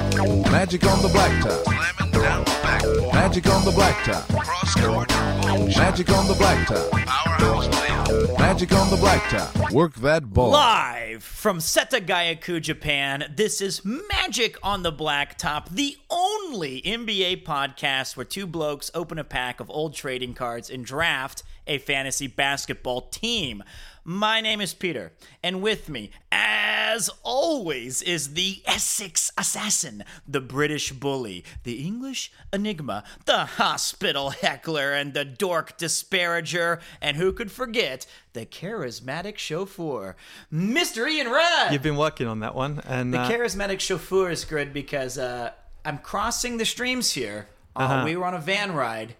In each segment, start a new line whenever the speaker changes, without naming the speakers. Magic on the blacktop.
Slamming down the backboard.
Magic on the blacktop.
Cross court home.
Magic on the blacktop.
Powerhouse play.
Magic on the blacktop. Work that ball.
Live from Setagayaku, Japan, this is Magic on the Blacktop, the only NBA podcast where two blokes open a pack of old trading cards and draft a fantasy basketball team. My name is Peter, and with me, as always, is the Essex assassin, the British bully, the English enigma, the hospital heckler, and the dork disparager, and who could forget the charismatic chauffeur, Mr. Ian Rudd.
You've been working on that one, and
the
uh,
charismatic chauffeur is good because uh, I'm crossing the streams here. Uh,
Uh-huh.
We were on a van ride.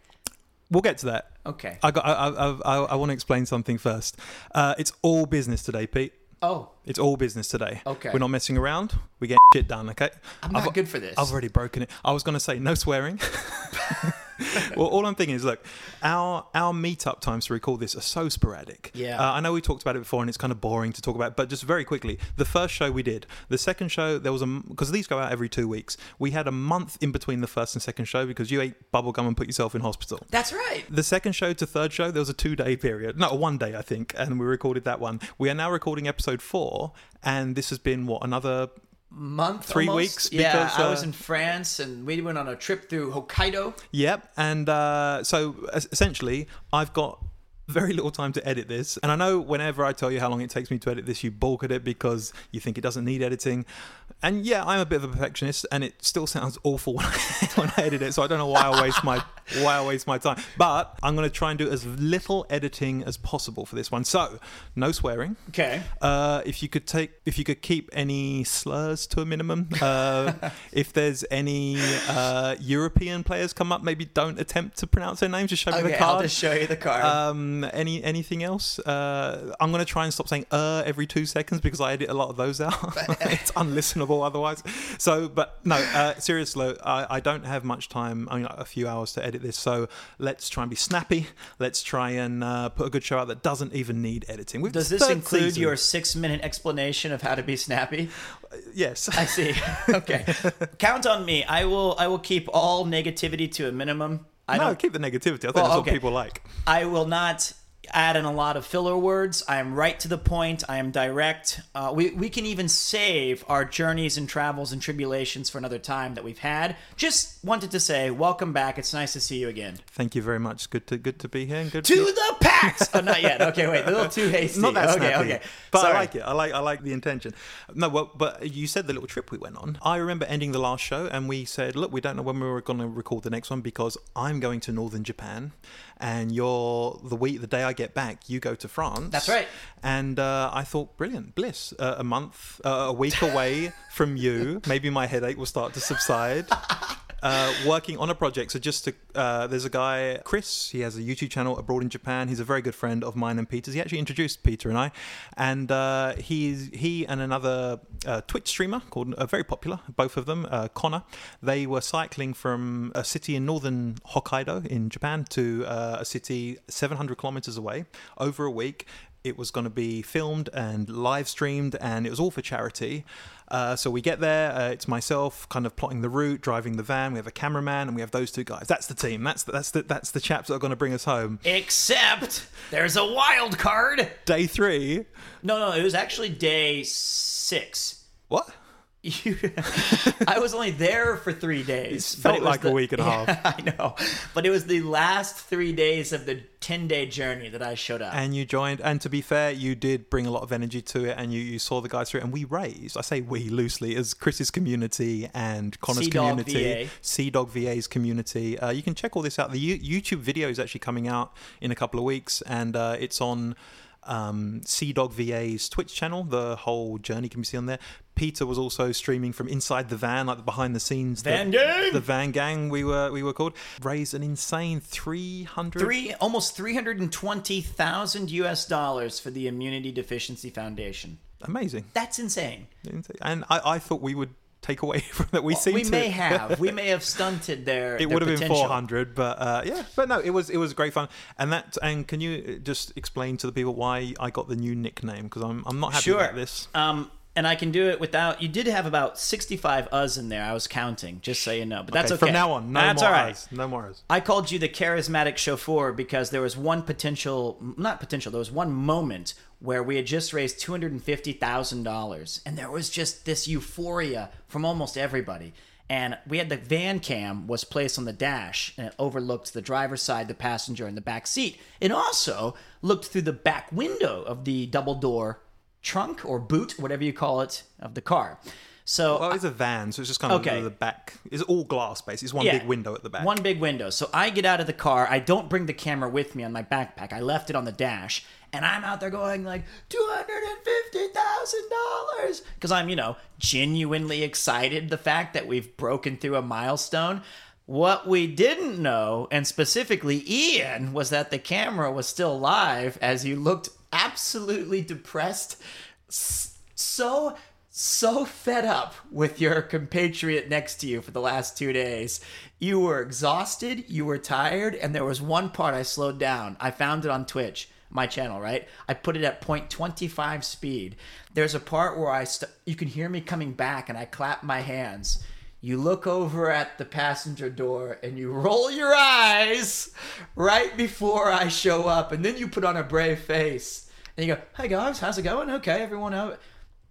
we'll get to that.
Okay.
I got. I, I, I, I want to explain something first. Uh, it's all business today, Pete.
oh,
It's all business today.
Okay.
We're not messing around. We're getting shit done. Okay. I'm
not good for this.
I've already broken it. I was going to say no swearing. well, all I'm thinking is, look, our our meetup times to record this are so sporadic.
Yeah.
Uh, I know we talked about it before, and it's kind of boring to talk about. But just very quickly, the first show we did, the second show there was a because these go out every two weeks. We had a month in between the first and second show because you ate bubble gum and put yourself in hospital.
that's right.
The second show to third show, there was a two day period. No, one day, I think. And we recorded that one. We are now recording episode four. And this has been, what, another.
month
Three
almost.
weeks,
yeah
because,
i was
uh,
in france and we went on a trip through hokkaido
Yep. And uh, so es- essentially, I've got very little time to edit this. And I know whenever I tell you how long it takes me to edit this, you balk at it because you think it doesn't need editing. And yeah, I'm a bit of a perfectionist, and it still sounds awful when I, when I edit it. So I don't know why I waste my why I waste my time. But I'm going to try and do as little editing as possible for this one. So no swearing.
okay
Uh, if you could take, if you could keep any slurs to a minimum, uh, if there's any uh, European players come up, maybe don't attempt to pronounce their names. Just show me
okay
the
i'll
card.
just show you the card
um, any anything else? Uh, I'm gonna try and stop saying "uh" every two seconds because I edit a lot of those out. it's unlistenable otherwise. So, but no, uh, seriously, I, I don't have much time. I mean, a few hours to edit this. So let's try and be snappy. Let's try and uh, put a good show out that doesn't even need editing. We've-
does
it's
this
third
include
season.
your six minute explanation of how to be snappy
Yes.
i see okay count on me i will i will keep all negativity to a minimum i
no,
don't
keep the negativity. I think
Well,
that's
okay.
what people like.
i will not add in a lot of filler words i am right to the point i am direct uh, we, we can even save our journeys and travels and tribulations for another time that we've had just wanted to say welcome back it's nice to see you again
Thank you very much. Good to good to be here. And good
to the packs. Oh, not yet. Okay, wait. A little too hasty.
Not that
okay,
snappy,
okay.
But
Sorry.
I like it. I like I like the intention. No, well, but you said the little trip we went on. I remember ending the last show, and we said, "Look, we don't know when we were going to record the next one because I'm going to northern Japan, and you're the week the day I get back, you go to France."
That's right.
And uh, I thought, brilliant, bliss. Uh, a month, uh, a week away from you, maybe my headache will start to subside. uh, working on a project. So just to, uh, there's a guy, Chris. He has a YouTube channel abroad in Japan. He's a very good friend of mine and Peter's. He actually introduced Peter and I, and uh, he's he and another uh, Twitch streamer called uh, very popular, both of them, uh, Connor. They were cycling from a city in northern Hokkaido in Japan to uh, a city 700 kilometers away over a week it was going to be filmed and live streamed and it was all for charity uh, so we get there uh, it's myself kind of plotting the route driving the van we have a cameraman and we have those two guys that's the team that's the, that's the, that's the chaps that are going to bring us home
Except there's a wild card.
day three
No, no. It was actually day six.
what
You, I was only there for three days.
It
but
felt
was
like a week and a half.
I know, but it was the last three days of the ten-day journey that I showed up.
and you joined and to be fair you did bring a lot of energy to it and you, you saw the guys through it and we raised i say we loosely as chris's community and connor's
Sea-Dog
community
VA.
sea dog va's community uh, you can check all this out the you- youtube video is actually coming out in a couple of weeks and uh, it's on um, Sea Dog VA's Twitch channel. The whole journey can be seen on there. Peter was also streaming from inside the van, like the behind the scenes. the-
Van gang!
The van gang we were we were called. Raised an insane three hundred
Three almost three hundred and twenty thousand U.S. dollars for the Immunity Deficiency Foundation.
amazing.
That's insane.
And I, I thought we would take away from that. We seem
we
to.
may have we may have stunted their
It
their
would have been
potential.
400, but uh, yeah, but no, it was it was great fun. And that and uh, can you just explain to the people why I got the new nickname because I'm I'm not happy
sure
about this.
um and I can do it without. You did have about 65 us in there. I was counting, just so you know. But that's okay.
From now on, no
that's
more
all right.
eyes. No more eyes.
I called you the charismatic chauffeur because there was one potential, not potential, there was one moment where we had just raised $250,000 and there was just this euphoria from almost everybody. And we had the van cam was placed on the dash and it overlooked the driver's side, the passenger, and the back seat. It also looked through the back window of the double door trunk or boot, whatever you call it, of the car. So
Well, Oh, it's a van, so it's just kind of
Okay.
the back. It's all glass space. It's one
Yeah.
big window at the back.
One big window. So I get out of the car. I don't bring the camera with me on my backpack. I left it on the dash, and I'm out there going like two hundred and fifty thousand dollars because I'm you know genuinely excited the fact that we've broken through a milestone. What we didn't know, and specifically Ian, was that the camera was still live as you looked absolutely depressed so so fed up with your compatriot next to you for the last two days. You were exhausted, you were tired, and there was one part I slowed down. I found it on Twitch, my channel, right? I put it at 0.25 speed. There's a part where I st- you can hear me coming back and I clap my hands. You look over at the passenger door and you roll your eyes right before I show up, and then you put on a brave face and you go, "Hey guys, how's it going? Okay, everyone out."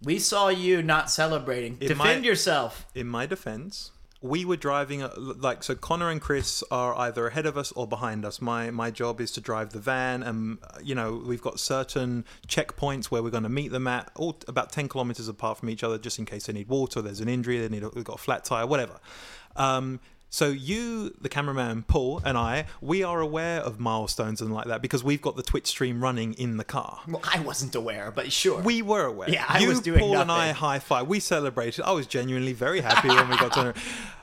We saw you not celebrating. Defend
might-
yourself.
In my defense, we were driving a, like so. Connor and Chris are either ahead of us or behind us. My my job is to drive the van, and uh, you know we've got certain checkpoints where we're going to meet them at, all about ten kilometers apart from each other, just in case they need water, there's an injury, they need a, we've got a flat tire, whatever. Um, so you, the cameraman Paul, and I, we are aware of milestones and like that because we've got the Twitch stream running in the car.
Well, I wasn't aware, but sure.
We were aware.
Yeah, I
you,
was doing
Paul and I
nothing.
high five. We celebrated. I was genuinely very happy when we got to.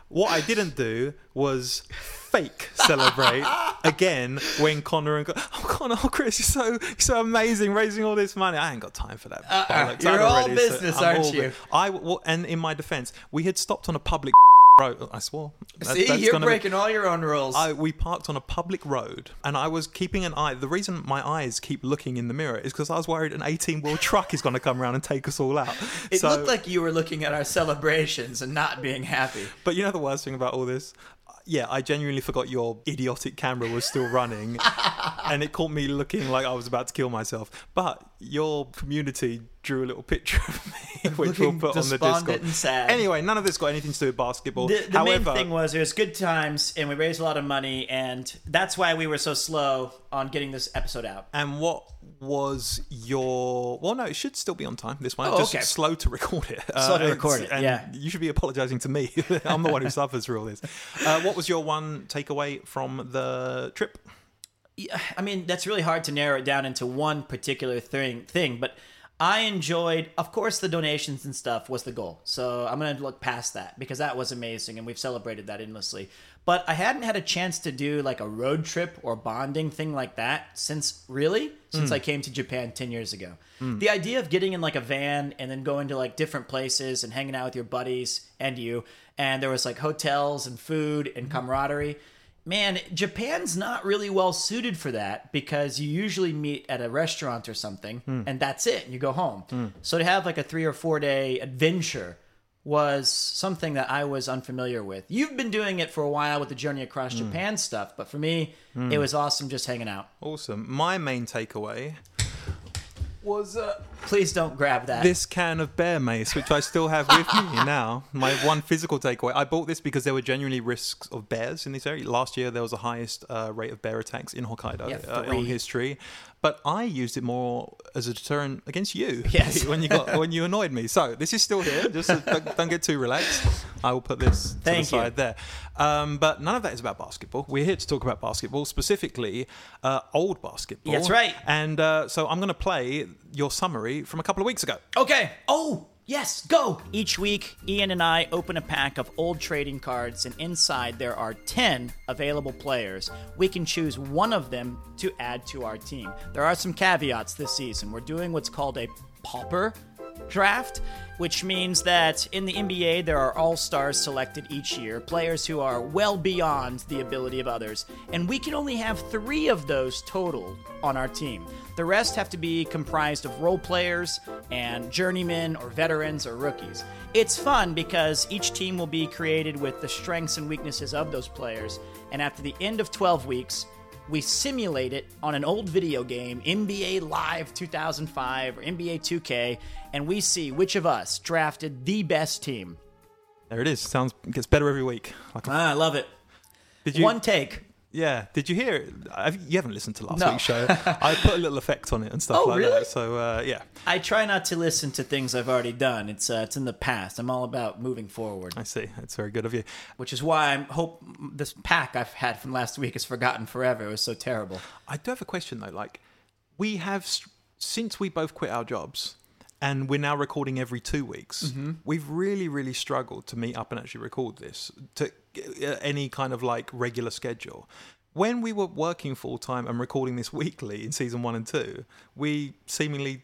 What I didn't do was fake celebrate again when Connor and Con- oh Connor, oh Chris, you're so you're so amazing raising all this money. I ain't got time for that. bollocks.
Uh, you're
I'm
all
already so-
business,
I'm
aren't
all bu-
you?
I well, and in my defence, we had stopped on a public road. I swore. That-
See,
that's
you're
gonna be-
breaking all your own rules.
I, we parked on a public road and I was keeping an eye. The reason my eyes keep looking in the mirror is because I was worried an 18 wheel truck is going to come around and take us all out.
it
so,
looked like you were looking at our celebrations and not being happy.
but you know the worst thing about all this? Yeah, I genuinely forgot your idiotic camera was still running and it caught me looking like I was about to kill myself. But your community drew a little picture of me, which we'll
Looking
put on the
despondent
Discord.
and sad.
Anyway, none of this got anything to do with basketball.
The, the
However,
main thing was it was good times, and we raised a lot of money, and that's why we were so slow on getting this episode out.
And what was your? Well, no, it should still be on time. This one,
Oh,
just
okay.
slow to record it. Uh,
Slow to
it's-
record it,
and
yeah.
you should be apologising to me. I'm the one who suffers for all this. Uh, what was your one takeaway from the trip?
I mean, that's really hard to narrow it down into one particular thing. Thing, but I enjoyed, of course, the donations and stuff was the goal. So I'm gonna look past that because that was amazing, and we've celebrated that endlessly. But I hadn't had a chance to do like a road trip or bonding thing like that since really since I came to Japan ten years ago. The idea of getting in like a van and then going to like different places and hanging out with your buddies and you, and there was like hotels and food and camaraderie man, Japan's not really well suited for that because you usually meet at a restaurant or something and that's it. And you go home. So to have like a three or four day adventure was something that I was unfamiliar with. You've been doing it for a while with the Journey Across Japan stuff, but for me, it was awesome just hanging out.
Awesome. My main takeaway was uh,
Please don't grab that.
this can of bear mace, which I still have with me now. My one physical takeaway. I bought this because there were genuinely risks of bears in this area. Last year, there was the highest uh, rate of bear attacks in Hokkaido
Yeah,
uh,
three.
in history. But I used it more as a deterrent against you.
Yes.
when you got when you annoyed me. So this is still here. Just so- don't, don't get too relaxed. I will put this to
Thank
the
you.
side there. Um, but none of that is about basketball. We're here to talk about basketball, specifically uh, old basketball.
That's right.
And uh, so I'm going to play your summary from a couple of weeks ago.
Okay. Oh, yes, go. Each week, Ian and I open a pack of old trading cards, and inside there are 10 available players. We can choose one of them to add to our team. There are some caveats this season. We're doing what's called a pauper draft, which means that in the NBA, there are all stars selected each year, players who are well beyond the ability of others. And we can only have three of those total on our team. The rest have to be comprised of role players and journeymen or veterans or rookies. It's fun because each team will be created with the strengths and weaknesses of those players. And after the end of 12 weeks, we simulate it on an old video game, NBA Live 2005 or NBA 2K, and we see which of us drafted the best team.
There it is. Sounds gets better every week. Like a,
Ah, I love it.
did you?
One take.
yeah. Did you hear? It? i you haven't listened to last
No.
week's show. I put a little effect on it and stuff
Oh,
like
really?
that. So uh, yeah,
I try not to listen to things I've already done. It's uh, it's in the past. I'm all about moving forward,
I see. That's very good of you.
which is why I am hope this pack I've had from last week is forgotten forever. It was so terrible.
I do have a question though. Like, we have s- since we both quit our jobs, and we're now recording every two weeks. We've really, really struggled to meet up and actually record this to uh, any kind of like regular schedule. When we were working full time and recording this weekly in season one and two, we seemingly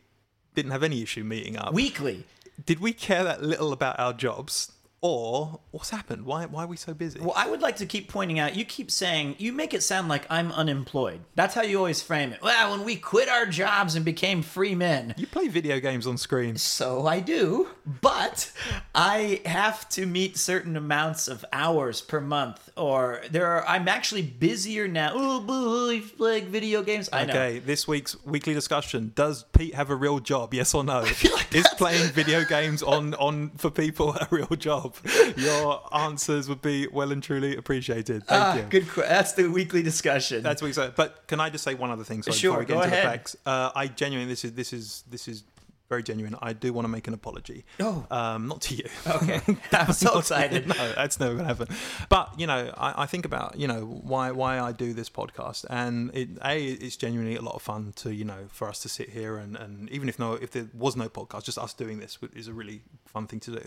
didn't have any issue meeting up.
Weekly.
Did we care that little about our jobs, or what's happened? Why why are we so busy?
Well, I would like to keep pointing out. You keep saying you make it sound like I'm unemployed. That's how you always frame it. Well, when we quit our jobs and became free men,
You play video games on screen.
So I do, but I have to meet certain amounts of hours per month, or there are. I'm actually busier now. Ooh, boo, you playing video games. I know.
Okay, this week's weekly discussion: Does Pete have a real job? Yes or no? Is playing video games on on for people a real job? Your answers would be well and truly appreciated. Thank
Ah,
you.
good. que- That's the weekly discussion.
That's week's. But can I just say one other thing? Sorry,
Sure,
before we get
go
into
ahead.
the facts. Uh, I genuinely, this is this is this is very genuine. I do want to make an apology.
Oh.
um, not to you.
okay. I'm so excited.
no, that's never going to happen. But you know, I, I think about you know why why I do this podcast, and it, a it's genuinely a lot of fun to you know for us to sit here and, and even if no if there was no podcast, just us doing this would- is a really fun thing to do.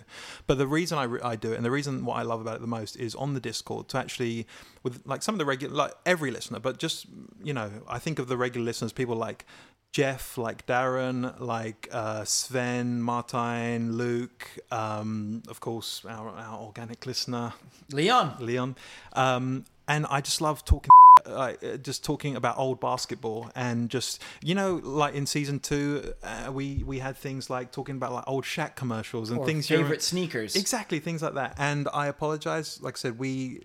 But the reason I, re- I do it, and the reason what I love about it the most is on the Discord to actually with like some of the regular like every listener, but just you know I think of the regular listeners, people like. Jeff, like Darren, like uh, Sven, Martine, Luke, um, of course, our, our organic listener,
Leon.
Leon. Um, and I just love talking. Like uh, just talking about old basketball and just you know like in season two uh, we we had things like talking about like old Shaq commercials and
Or
things you
favorite
remember-
sneakers.
Exactly, things like that. And I apologize. Like I said, we,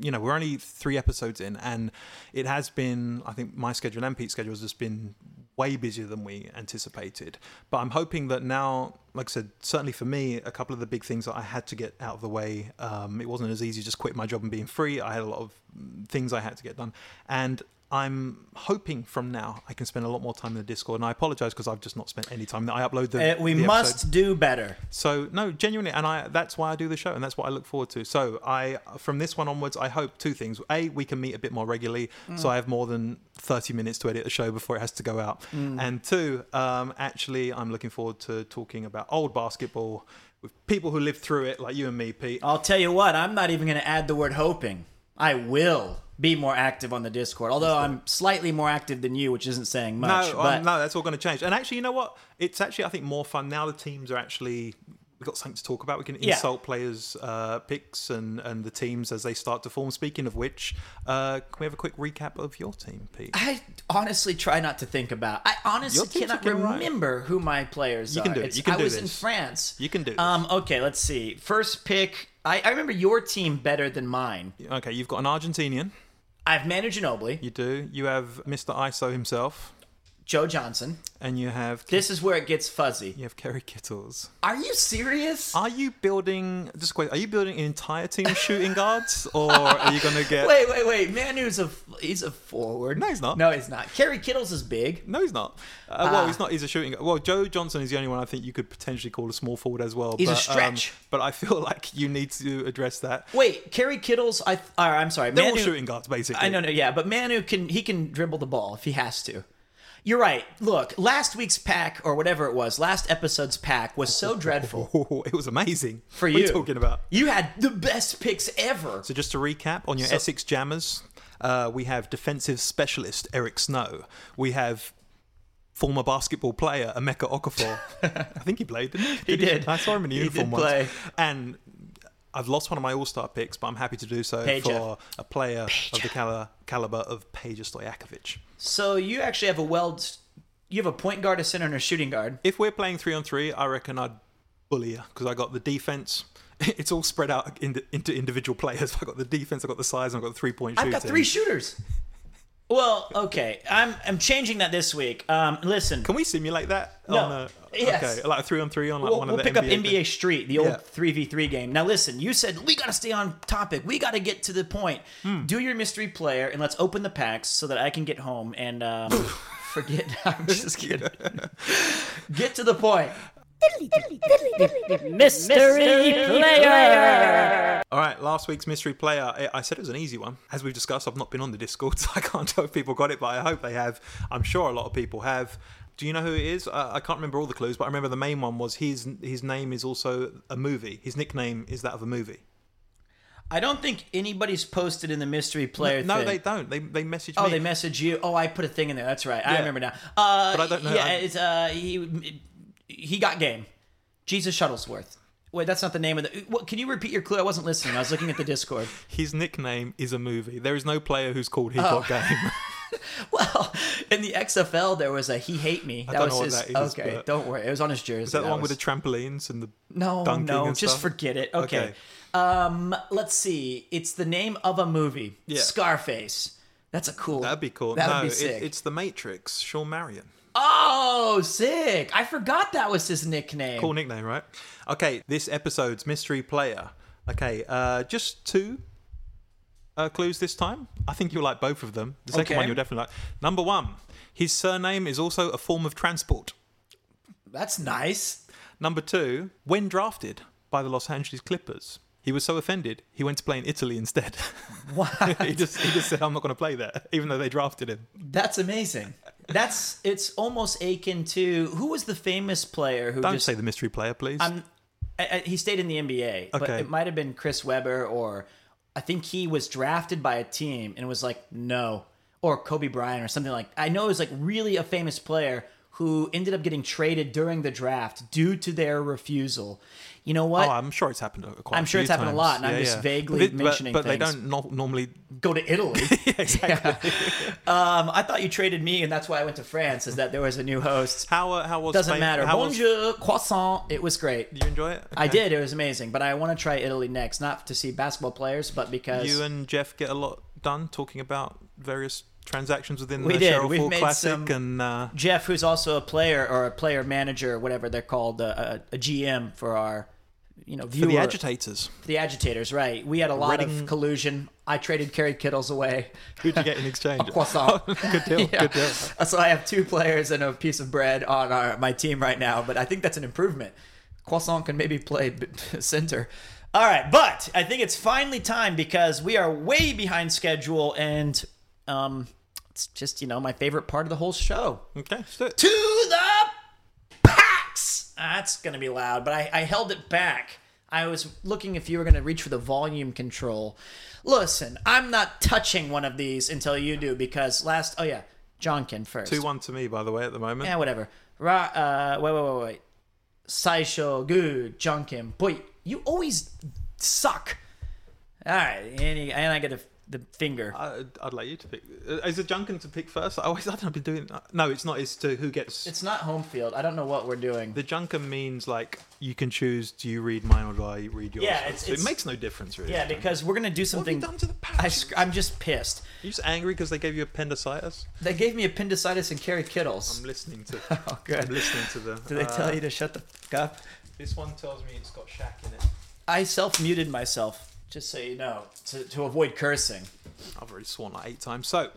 you know, we're only three episodes in, and it has been, I think, my schedule and Pete's schedule has just been way busier than we anticipated. But I'm hoping that now, like I said, certainly for me, a couple of the big things that I had to get out of the way, um, it wasn't as easy just quitting my job and being free. I had a lot of mm, things I had to get done. And I'm hoping from now I can spend a lot more time in the Discord. And I apologize because I've just not spent any time. I upload the.
Uh, we
the episode.
must do better.
So no, genuinely, and I that's why I do the show, and that's what I look forward to. So I, from this one onwards, I hope two things: a, we can meet a bit more regularly, so I have more than thirty minutes to edit the show before it has to go out, and two, um, actually, I'm looking forward to talking about old basketball with people who lived through it, like you and me, Pete.
I'll tell you what, I'm not even going to add the word hoping. I will be more active on the Discord, although I'm slightly more active than you, which isn't saying much.
No,
but
um, no, that's all going to change. And actually, you know what? It's actually I think more fun now. The teams are actually we've got something to talk about. We can
Yeah.
insult players' uh, picks and and the teams as they start to form. Speaking of which, uh, can we have a quick recap of your team, Pete?
I honestly try not to think about. I honestly
Your team's
cannot
looking all right.
remember who my players
You
are.
can do it.
It's-
You can
I
do
was in
this.
France.
You can do this.
Um. Okay. Let's see. First pick. I, I remember your team better than mine.
Okay, you've got an Argentinian.
I've Manu Ginobili,
You do. You have Mr. ISO himself,
Joe Johnson.
and you have
This is where it gets fuzzy.
you have Kerry Kittles.
Are you serious?
Are you building just a question, Are you building an entire team of shooting guards, or are you going to get?
Wait, wait, wait. Manu's a he's a forward.
No, he's not.
No, he's not. Kerry Kittles is big.
No, he's not. Uh,
Ah.
well, he's not. He's a shooting. guard. Well, Joe Johnson is the only one I think you could potentially call a small forward as well.
He's a
but,
stretch.
Um, but I feel like you need to address that.
Wait, Kerry Kittles. I. Th- or, I'm sorry.
They're all
Manu-
shooting guards, basically.
I know, no, yeah, but Manu can he can dribble the ball if he has to. You're right. Look, last week's pack or whatever it was, last episode's pack was so dreadful
It was amazing.
for
what
you.
Are you talking about.
You had the best picks ever.
So just to recap on your Essex Jammers, uh, we have defensive specialist Eric Snow. We have former basketball player Emeka Okafor. I think he played, didn't he?
He
Didn't
did.
I saw him in a
He
uniform
did
once.
play.
And I've lost one of my all-star picks, but I'm happy to do so
Peja.
for a player of the cali- caliber of Peja Stojakovic.
So you actually have a weld. You have a point guard, a center, and a shooting guard.
If we're playing three on three, I reckon I'd bully her because I got the defense. It's all spread out in into individual players. I got the defense, I got the size, and I got the three point
I've
shooting.
got three shooters. Well, okay. I'm I'm changing that this week. Um, listen,
Can we simulate that?
No.
On a,
Yes.
Okay, like a three on three on like
we'll,
one
we'll
of the
pick up NBA Street, the
Yeah.
old three v three game. Now, listen, you said we got to stay on topic. We got to get to the point.
Hmm.
Do your mystery player, and let's open the packs so that I can get home and um, forget. I'm just kidding. get to the point.
Mystery Player!
All right, last week's mystery player. I- I said it was an easy one. As we've discussed, I've not been on the Discord, so I can't tell if people got it, but I hope they have. I'm sure a lot of people have. Do you know who it is? Uh, I can't remember all the clues, but I remember the main one was his his name is also a movie. His nickname is that of a movie.
I don't think anybody's posted in the mystery player.
No,
thing.
they don't. They they message
Oh,
me.
they message you. Oh, I put a thing in there. That's right. I
Yeah.
remember now. Uh,
But I don't know.
Yeah,
I-
it's uh, he he got game. Jesus Shuttlesworth. Wait, that's not the name of the. What, can you repeat your clue? I wasn't listening. I was looking at the Discord.
his nickname is a movie. There is no player who's called he
Oh.
got game.
Well, in the XFL, there was a "He Hate Me." That
don't
was
know what
his.
that is,
okay,
but-
don't worry. It was on his jersey.
Is that the one with
was-
the trampolines and the
No,
dunking
no,
and
just
stuff?
forget it. Okay.
Okay.
Um, let's see. It's the name of a movie.
Yeah.
Scarface. That's a cool.
That'd be cool.
That'd
no,
be
it-
sick.
it's the Matrix. Sean Marion.
Oh, sick! I forgot that was his nickname.
Cool nickname, right? Okay, this episode's mystery player. Okay, uh, just two uh, clues this time. I think you'll like both of them. The second
Okay.
one you'll definitely like. Number one, his surname is also a form of transport.
That's nice.
Number two, when drafted by the Los Angeles Clippers, he was so offended he went to play in Italy instead.
Wow,
he just he just said, "I'm not going to play there," even though they drafted him.
that's amazing. That's it's almost akin to who was the famous player who
Don't
just
say the mystery player, please.
Um, I, I, he stayed in the NBA, but
Okay.
it might have been Chris Webber or I think he was drafted by a team and was like no or Kobe Bryant or something like I know it was like really a famous player who ended up getting traded during the draft due to their refusal. You know what?
Oh, I'm sure it's happened. uh, Quite
I'm
a
sure
few
it's happened a
times.
lot, and I'm just vaguely
but, thi-
mentioning
But, but they
things.
don't no- normally.
Go to Italy. exactly. um, I thought you traded me, and that's why I went to France. Is that there was a new host?
How uh, how was
Doesn't
fam-
matter.
How was-
Bonjour, croissant. It was great.
Did you enjoy it?
I
Okay.
did. It was amazing. But I want to try Italy next, not to see basketball players, but because
You and Jeff get a lot done talking about various transactions within
We
the
did.
Cheryl
We've
Ford
made
Classic
some-
and uh,
Jeff, who's also a player or a player manager, whatever they're called, a, a, a GM for our, you know, viewer,
the agitators.
the agitators, right? We had a lot of
Reading-
collusion. I traded Kerry Kittles away.
Who'd you get in exchange?
croissant. Uh,
good deal. Good deal.
So I have two players and a piece of bread on our, my team right now, but I think that's an improvement. Croissant can maybe play b- center. All right, but I think it's finally time because we are way behind schedule, and um, it's just you know my favorite part of the whole show.
Okay, let's do it.
To the packs. That's gonna be loud, but I, I held it back. I was looking if you were gonna reach for the volume control. Listen, I'm not touching one of these until you do because last. Oh yeah, John can first.
Two one to me, by the way, at the moment.
Yeah, whatever. Ra- uh, wait, wait, wait, wait. Saisho, good, Junkin. Boy, you always suck. All right, and, he- and I get a, the finger.
I, I'd like you to pick. Uh, Is it Junkin to pick first? I always I don't know, I've been doing. uh, No, it's not. It's to who gets.
It's not home field. I don't know what we're doing.
the Junkin means like you can choose. Do you read mine or do I read yours?
Yeah, it's-
So
it's-
it makes no difference really.
Yeah, because we're gonna do
what have
something.
you done to the
I,
patch?
sc- I'm just pissed.
you just angry because they gave you appendicitis?
They gave me appendicitis and Carrie Kittles.
I'm listening to.
Oh, good.
I'm uh, listening to them.
Did they tell you to shut the fuck up?
This one tells me it's got Shaq in it.
I self muted myself, just so you know, to, to avoid cursing.
I've already sworn like eight times. So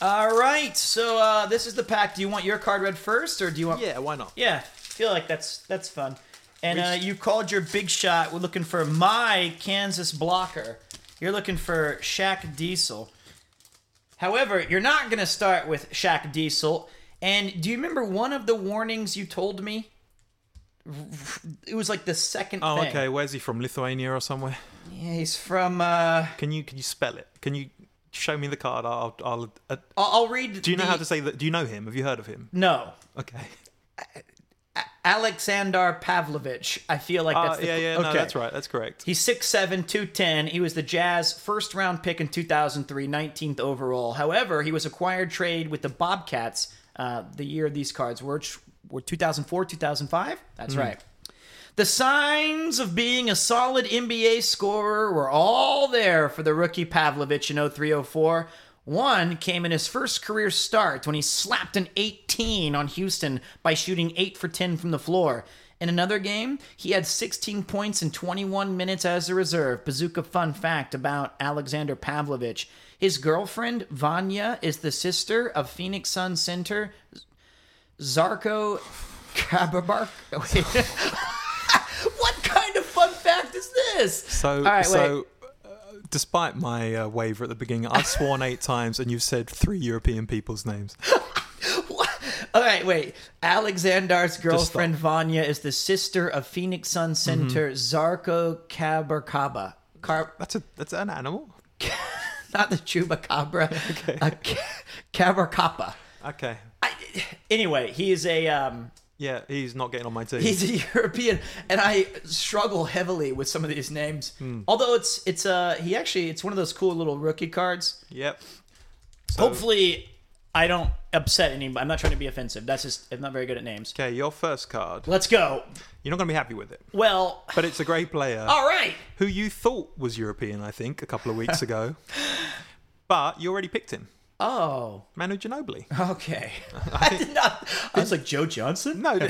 All right, so uh, this is the pack. Do you want your card read first, or do you want?
yeah, why not?
Yeah, feel like that's that's fun. And uh, you called your big shot. We're looking for my Kansas blocker. You're looking for Shaq Diesel. However, you're not going to start with Shaq Diesel. And do you remember one of the warnings you told me? It was like the second
Oh,
thing.
okay. Where's he from? Lithuania or somewhere?
Yeah, he's from. Uh,
Can you can you spell it? Can you show me the card. I'll. I'll uh,
I'll, I'll read.
do you know
the-
how to say that? Do you know him? Have you heard of him?
No,
Okay.
Alexander Pavlovich. I feel like
Uh,
that's the
yeah, yeah.
okay.
No, that's right. That's correct.
He's 6'7", 210. He was the Jazz first round pick in 2003, 19th overall. However, he was acquired trade with the Bobcats uh, the year these cards were, which were 2004, 2005. That's right. The signs of being a solid NBA scorer were all there for the rookie Pavlovich in 03 04. One came in his first career start when he slapped an 18 on Houston by shooting 8 for 10 from the floor. In another game, he had 16 points in 21 minutes as a reserve. Bazooka fun fact about Alexander Pavlovich. His girlfriend, Vanya, is the sister of Phoenix Sun center Zarko Kababark. what kind of fun fact is this?
So,
All right, wait.
so uh, despite my uh, waiver at the beginning, I've sworn eight times, and you've said three European people's names.
All right, wait. Alexander's girlfriend Vanya is the sister of Phoenix Sun Center Zarko Kabarkaba. Car-
That's a that's an animal.
not the chubacabra, a ca- Kabarkapa.
Okay.
I, anyway, he is a um,
Yeah, he's not getting on my team.
he's a European, and I struggle heavily with some of these names. Although it's it's uh he actually it's one of those cool little rookie cards.
Yep. Um,
Hopefully, I don't upset anybody. I'm not trying to be offensive. That's just I'm not very good at names.
Okay, your first card.
Let's go.
You're not going to be happy with it,
Well,
but it's a great player
all right.
who you thought was European, I think, a couple of weeks ago. But you already picked him,
Oh,
Manu Ginobili.
okay. I did not. I was like Joe Johnson.
No, di-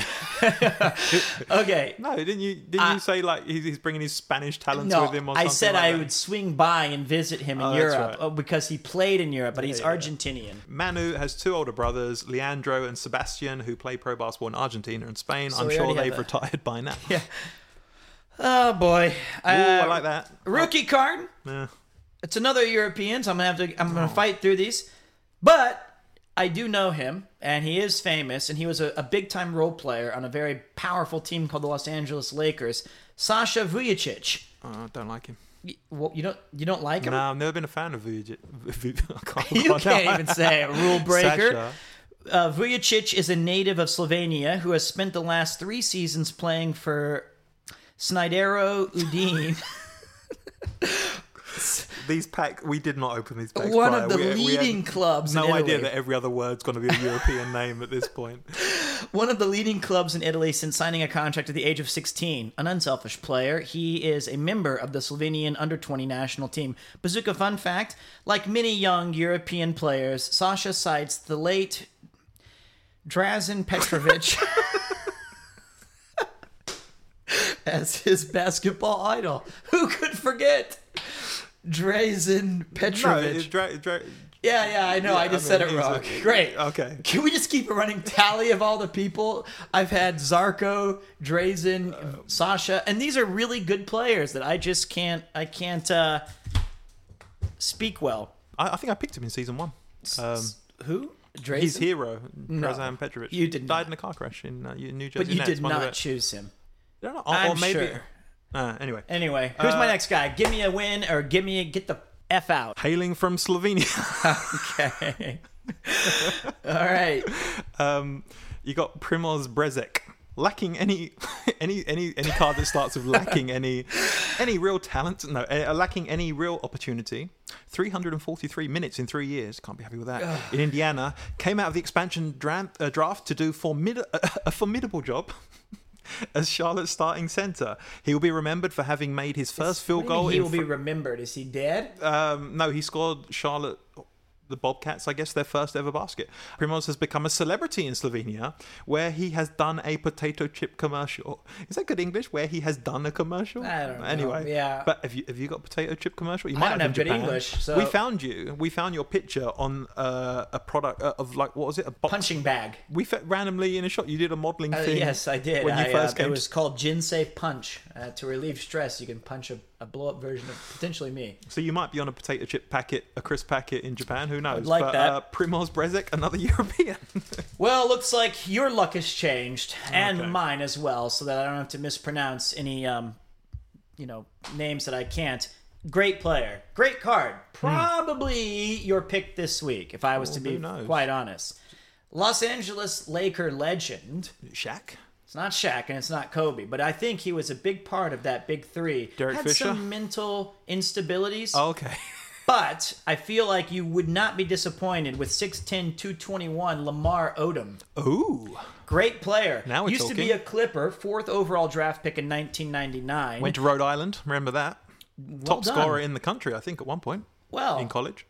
Okay.
no, didn't you? Didn't
I-
you say like he's, he's bringing his Spanish talents
No,
with him? Or
I
something
said
like
I
that?
would swing by and visit him in
Oh, that's
Europe
right.
uh, because he played in Europe, but he's
yeah, yeah.
Argentinian.
Manu has two older brothers, Leandro and Sebastian, who play pro basketball in Argentina and Spain. I'm
we
sure
already have
they've
a-
retired by now. Yeah,
Oh boy.
Ooh, I
Uh,
like that.
Rookie card.
Yeah.
It's another European, so I'm gonna have to. I'm gonna fight through these, but I do know him, and he is famous, and he was a, a big time role player on a very powerful team called the Los Angeles Lakers. Sasha Vujicic.
Oh, I don't like him.
Y- Well, you don't you don't like him?
No, I've never been a fan of Vujic. Vu- I can't-
You
I
can't
know.
even say it. Rule breaker.
Sasha.
Uh, Vujicic is a native of Slovenia who has spent the last three seasons playing for Snidero Udine.
These pack we did not open these packs.
one
prior.
of the
We- we had
leading clubs
No
in Italy.
idea that every other word's going to be a European name at this point.
one of the leading clubs in Italy since signing a contract at the age of 16. An unselfish player, he is a member of the Slovenian under 20 national team. Bazooka fun fact like many young European players, Sasha cites the late Drazen Petrovic as his basketball idol. Who could forget? Drazen
No,
Petrovic.
it's dra- dra-
yeah, yeah, I know. I
I
just
mean,
said it
he's
wrong.
okay.
Great.
okay.
Can we just keep a running tally of all the people I've had? Zarko, Drazen, Sasha, and these are really good players that I just can't I can't uh, speak well.
I, I think I picked him in season one. Um,
Who? Drazen.
his hero, Drazen Petrovic,
you did
died
not.
in a car crash in uh, New Jersey.
but you
Nets,
did
one of
not
the-
choose him.
I don't know,
I'm
or, or maybe.
sure.
Uh, anyway,
Anyway, who's my
Uh,
next guy? Give me a win or give me a get the f out.
hailing from Slovenia,
Okay. all right.
um, you got Primoz Brezek. Lacking any, any, any, any card that starts with lacking any, any real talent. No, uh, lacking any real opportunity. 343 minutes in three years. Can't be happy with that. in Indiana, came out of the expansion dram- uh, draft to do formid- a formidable job. As Charlotte's starting center, he will be remembered for having made his first
What
field
do you mean
goal
He
in
will
fr-
be remembered. Is he dead?
Um, no, he scored Charlotte, the Bobcats, I guess, their first ever basket. Primoz has become a celebrity in Slovenia, where he has done a potato chip commercial. Is that good English? Where he has done a commercial?
I don't know,
anyway,
yeah.
But have you have you got potato chip commercial? You might
don't
in
have good
Japan.
English, so-
we found you. We found your picture on uh, a product uh, of like what was it? A box.
Punching bag.
We fa- randomly in a shot. You did a modeling
Uh,
thing.
yes, I did.
When you
I,
first
uh,
came,
it
to-
was called Jinsei Punch. Uh, to relieve stress, you can punch a, a blow up version of potentially me.
So you might be on a potato chip packet, a crisp packet in Japan. Who knows?
like
but,
that.
Uh, Primoz Brezek, another European.
Well, looks like your luck has changed and
Okay.
mine as well, so that I don't have to mispronounce any, um, you know, names that I can't. Great player. Great card. Probably your pick this week, if I was to
Hmm. Well,
be
who knows?
quite honest. Los Angeles Laker legend.
Shaq.
It's not Shaq and it's not Kobe, but I think he was a big part of that big three.
Derek
Had
Fisher? Oh.
some mental instabilities,
Okay.
but I feel like you would not be disappointed with 6'10, 221 Lamar Odom.
Ooh.
Great player.
Now we're
Used to be
talking.
a Clipper, fourth overall draft pick in 1999.
Went to Rhode Island. Remember that? Top
done.
scorer in the country, I think, at one point
well,
in college.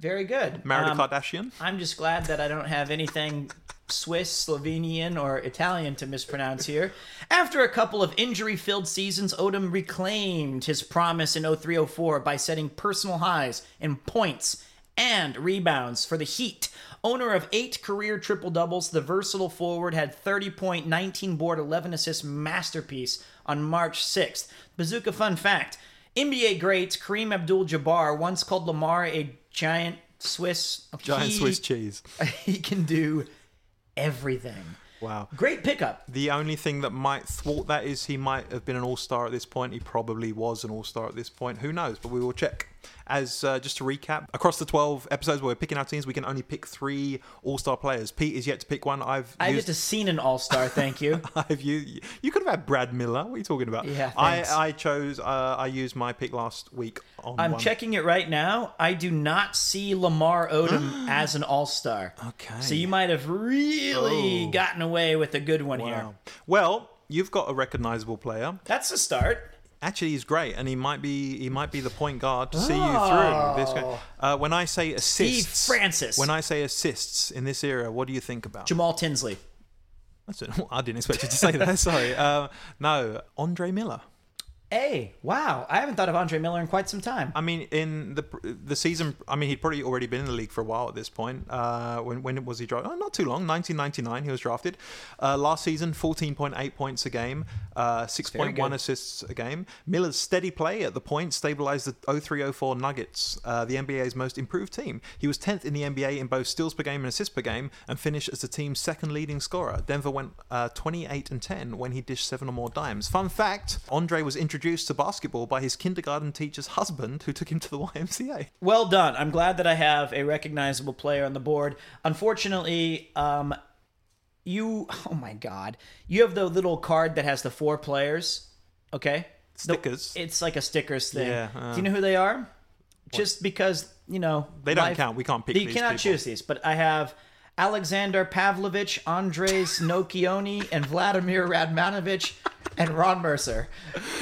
very good.
Married
Um,
a Kardashian.
I'm just glad that I don't have anything Swiss, Slovenian, or Italian to mispronounce here. After a couple of injury filled seasons, Odom reclaimed his promise in 03 04 by setting personal highs in points and rebounds for the Heat. Owner of eight career triple doubles, the versatile forward had 30 point, 19 board, 11 assist masterpiece on March 6th. Bazooka fun fact NBA greats Kareem Abdul Jabbar once called Lamar a giant Swiss
Giant
he-
Swiss cheese.
he can do everything.
Wow.
Great pickup.
The only thing that might thwart that is he might have been an all star at this point. He probably was an all star at this point. Who knows? But we will check. As uh, just to recap, across the 12 episodes where we're picking our teams, we can only pick three all star players. Pete is yet to pick one. I've
I
used-
just seen an all star. Thank you.
I've used, you could have had Brad Miller. What are you talking about?
Yeah,
I,
thanks.
I chose, uh, I used my pick last week on
I'm
one.
checking it right now. I do not see Lamar Odom as an all star.
Okay.
So you might have really
Oh.
gotten away with a good one here.
Wow. Well, you've got a recognizable player.
That's a start.
Actually, he's great, and he might be he might be the point guard to see you through this game. Uh, when I say assists,
Oh. Francis.
When I say assists in this era, what do you think about?
Jamal Tinsley.
That's it. I didn't expect you to say that. Sorry. Uh, no, Andre Miller.
Hey, wow. I haven't thought of Andre Miller in quite some time.
I mean, in the the season, I mean, he'd probably already been in the league for a while at this point. Uh, when when was he drafted? Oh, not too long. 1999, he was drafted. Uh, last season, 14.8 points a game, uh, 6.1
good.
assists a game. Miller's steady play at oh the point stabilized the 0304 Nuggets, uh, the NBA's most improved team. He was 10th in the NBA in both steals per game and assists per game, and finished as the team's second leading scorer. Denver went uh, 28 and 10 when he dished seven or more dimes. Fun fact: Andre was introduced to basketball by his kindergarten teacher's husband, who took him to the YMCA.
Well done. I'm glad that I have a recognizable player on the board. Unfortunately, um, you. Oh my God. You have the little card that has the four players. Okay. The-
Stickers.
it's like a stickers thing.
Yeah, uh.
Do you know who they are? Just because you know
They don't count. We can't pick
You
these
cannot
people.
choose these. But I have. Alexander Pavlovich, Andres Nokioni, and Vladimir Radmanovich, and Ron Mercer.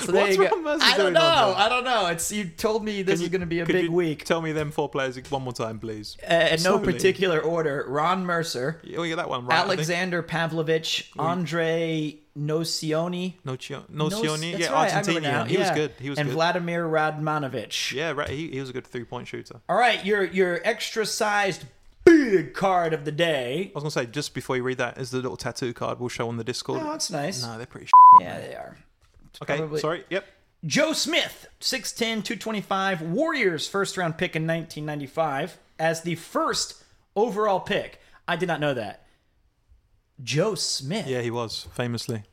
So there
What's
you go.
Ron Mercer
I don't
doing on
know.
there?
I don't know. It's you told me this is going to be a
Could
big
you
week.
Tell me them four players one more time, please.
Uh, in no
Slowly.
particular order, Ron Mercer,
Oh, yeah, that one. Right, I think.
Alexander Pavlovich, Andre Nocioni.
Nocio-
Noc-
Nocioni,
that's
yeah,
right, I remember now,
Argentinian. He was
yeah.
good. He was
and
good.
Vladimir Radmanovich.
yeah, right. He, he was a good three-point shooter.
All right, your your extra sized big card of the day.
I was gonna say just before you read that is the little tattoo card we'll show on the Discord.
Oh, that's nice.
no, they're pretty. Sh-
Yeah, they are.
okay,
probably-
sorry. Yep.
Joe Smith, 6'10, 225, Warriors first round pick in 1995 as the first overall pick. I did not know that. Joe Smith.
Yeah, he was famously.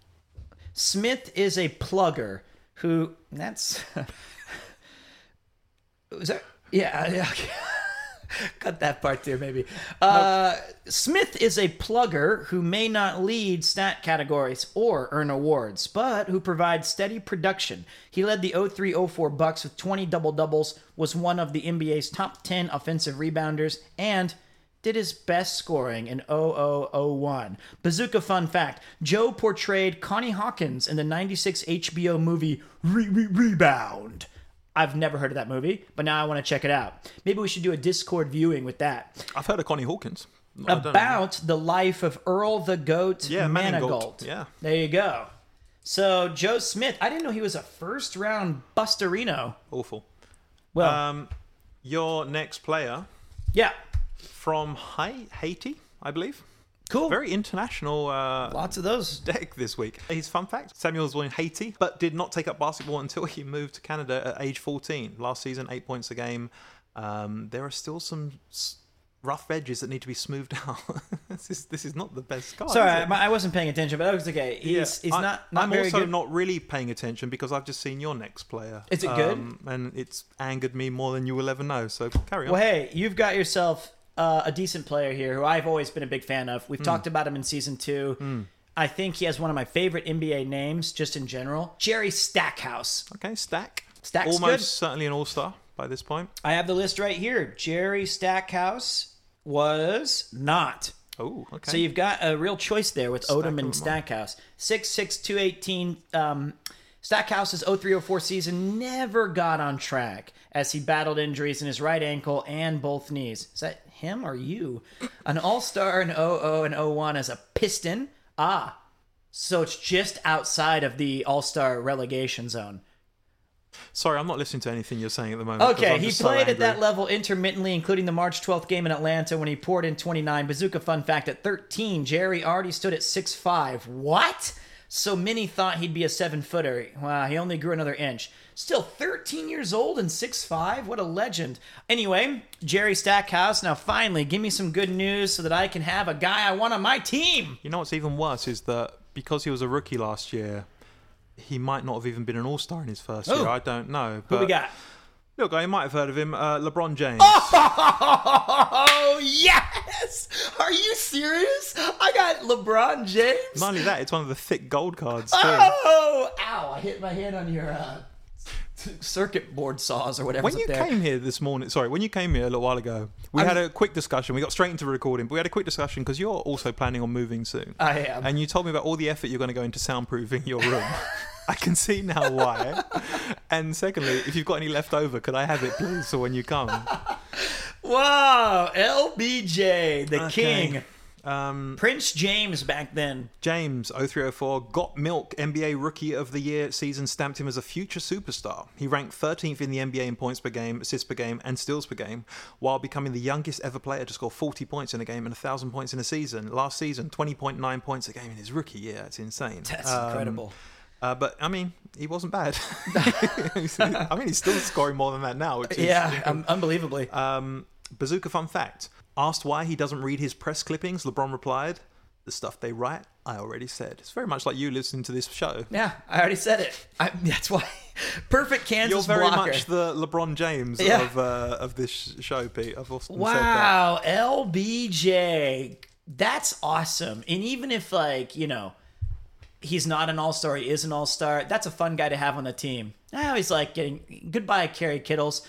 Smith is a plugger who that's was that yeah yeah, okay. cut that part there maybe uh, Smith is a plugger who may not lead stat categories or earn awards but who provides steady production he led the 0304 bucks with 20 double doubles was one of the NBA's top 10 offensive rebounders and did his best scoring in 0001. Bazooka fun fact Joe portrayed Connie Hawkins in the 96 HBO movie Re- Re- Rebound. I've never heard of that movie, but now I want to check it out. Maybe we should do a Discord viewing with that.
I've heard of Connie Hawkins. I don't know.
About the life of Earl the Goat
Yeah,
Manigault.
Manigault. Yeah.
There you go. So, Joe Smith, I didn't know he was a first round Busterino.
awful.
Well,
Um, your next player
yeah.
from Hai- Haiti, I believe.
Cool.
Very international uh,
Lots of those.
deck this week. His fun fact Samuel was born in Haiti, but did not take up basketball until he moved to Canada at age 14. Last season, eight points a game. Um, there are still some s- rough edges that need to be smoothed out. this is this is not the best card.
Sorry,
is it?
I, I wasn't paying attention, but that was okay. He's, he's
I-
not, not
I'm
very
also
good.
not really paying attention because I've just seen your next player. Um,
Is it good?
and it's angered me more than you will ever know. So carry on.
Well, hey, you've got yourself uh, a decent player here who I've always been a big fan of.
Hmm.
We've talked about him in season two. I think he has one of my favorite NBA names just in general Jerry Stackhouse.
okay, stack.
Stack's
almost
good.
certainly an all-star by this point.
I have the list right here. Jerry Stackhouse was not.
Oh, okay.
So you've got a real choice there with Odom and Stackhouse. Six six two eighteen. Um, Stackhouse's 0304 season never got on track as he battled injuries in his right ankle and both knees. Is that him or you? An All Star in 00 and 01 as a Piston. Ah, so it's just outside of the All Star relegation zone.
Sorry, I'm not listening to anything you're saying at the moment. 'cause
Okay,
I'm
he
just so
played at
angry.
that level intermittently, including the March 12th game in Atlanta when he poured in 29. Bazooka fun fact at 13, Jerry already stood at 6'5. What? So many thought he'd be a seven footer. Wow, he only grew another inch. Still 13 years old and 6'5? What a legend. Anyway, Jerry Stackhouse, now finally, give me some good news so that I can have a guy I want on my team.
You know what's even worse is that because he was a rookie last year, he might not have even been an all-star in his first
Who?
year. I don't know. But
Who we got? Ah!
Look, I might have heard of him. Uh, LeBron James.
Oh, yes! Are you serious? I got LeBron James.
Not only that, it's one of the thick gold cards too.
Oh! Ow! I hit my hand on your uh, circuit board saws or whatever.
When you came here this morning, sorry, when you came here a little while ago, we had a quick discussion. We got straight into recording, but we had a quick discussion because you're also planning on moving soon.
I am.
And you told me about all the effort you're going to go into soundproofing your room. I can see now why. and secondly, if you've got any left over, could I have it, please, for when you come?
Wow! LBJ, the
Okay.
king,
Um,
Prince James back then.
James, 0304, got milk NBA Rookie of the Year season stamped him as a future superstar. He ranked 13th in the NBA in points per game, assists per game, and steals per game, while becoming the youngest ever player to score 40 points in a game and 1,000 points in a season. Last season, 20.9 points a game in his rookie year. It's insane.
That's
Um,
incredible.
Uh, but, I mean, he wasn't bad. I mean, he's still scoring more than that now, which is
Yeah, um, unbelievably.
uh, Bazooka fun fact. Asked why he doesn't read his press clippings, LeBron replied, The stuff they write, I already said. It's very much like you listening to this show.
yeah, I already said it. I, that's why. Perfect Kansas
You're very
blocker.
much the LeBron James
Yeah.
of uh, of this sh- show, Pete. I've often said that.
Wow, LBJ. That's awesome. And even if like, you know, he's not an all-star, he is an all-star, that's a fun guy to have on the team. I always like getting goodbye, Kerry Kittles.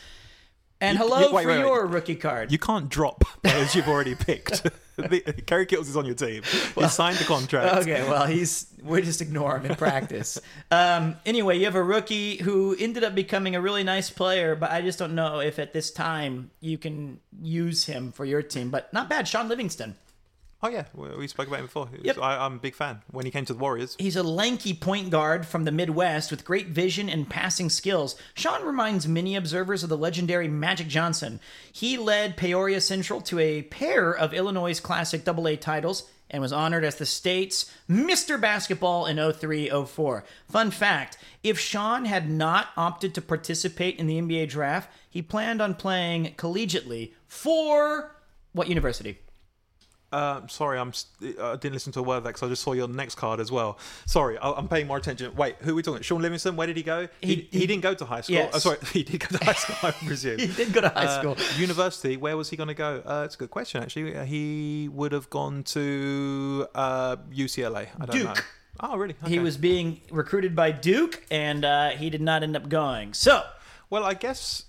And
You-
hello
you- wait,
for
wait, wait.
your rookie card.
You can't drop players you've already picked. The- Kerry Kittles is on your team. He signed the contract.
Okay, well, he's we just ignore him in practice. um, anyway, you have a rookie who ended up becoming a really nice player, but I just don't know if at this time you can use him for your team. But not bad, Sean Livingston.
Oh, yeah. We, we spoke about him before. He was-
Yep.
I, I'm a big fan. When he came to the Warriors,
He's a lanky point guard from the Midwest with great vision and passing skills. Sean reminds many observers of the legendary Magic Johnson. He led Peoria Central to a pair of Illinois Classic AA titles and was honored as the state's Mr. Basketball in 0304. Fun fact, if Sean had not opted to participate in the NBA draft, he planned on playing collegiately for what university?
Uh, sorry, I'm. St- I didn't listen to a word of that because I just saw your next card as well. Sorry, I- I'm paying more attention. Wait, who are we talking? about? Sean Livingston. Where did he go? He, he,
he-
didn't go to high school.
Yes.
Oh, sorry, he did go to high school. I presume
He did go to high
Uh,
school.
university. Where was he going to go? Uh, it's a good question. Actually, Uh, he would have gone to uh, UCLA. I don't know.
Duke.
Oh, really?
He
Okay.
was being recruited by Duke, and uh, he did not end up going. So,
Well, I guess.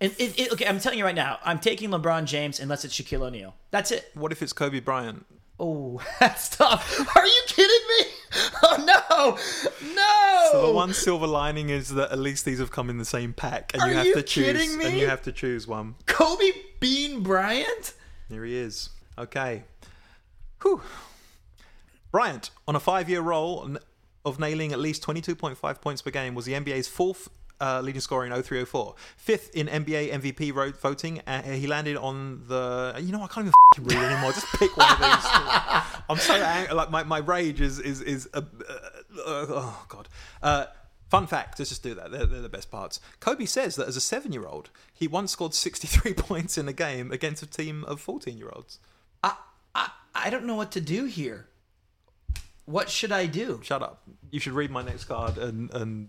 and it, it, okay, I'm telling you right now, I'm taking LeBron James unless it's Shaquille O'Neal. That's it.
What if it's Kobe Bryant?
Oh, that's tough. Are you kidding me? Oh no, no.
The one silver lining is that at least these have come in the same pack, and
Are
you have
you
to choose.
kidding
And
me?
you have to choose one.
Kobe Bean Bryant.
Here he is. Okay. Whew. Bryant, on a five year roll n- of nailing at least 22.5 points per game, was the NBA's fourth uh, leading scorer in 0304. Fifth in NBA MVP ro- voting, and he landed on the. You know, I can't even f***ing read anymore. Just pick one of these. I'm so angry. Like, my, my rage is. is, is uh, uh, uh, oh, God. Uh, Fun fact, let's just do that. They're, they're the best parts. Kobe says that as a seven year old, he once scored 63 points in a game against a team of 14 year olds.
I, I I don't know what to do here. What should I do?
Shut up. You should read my next card and, and,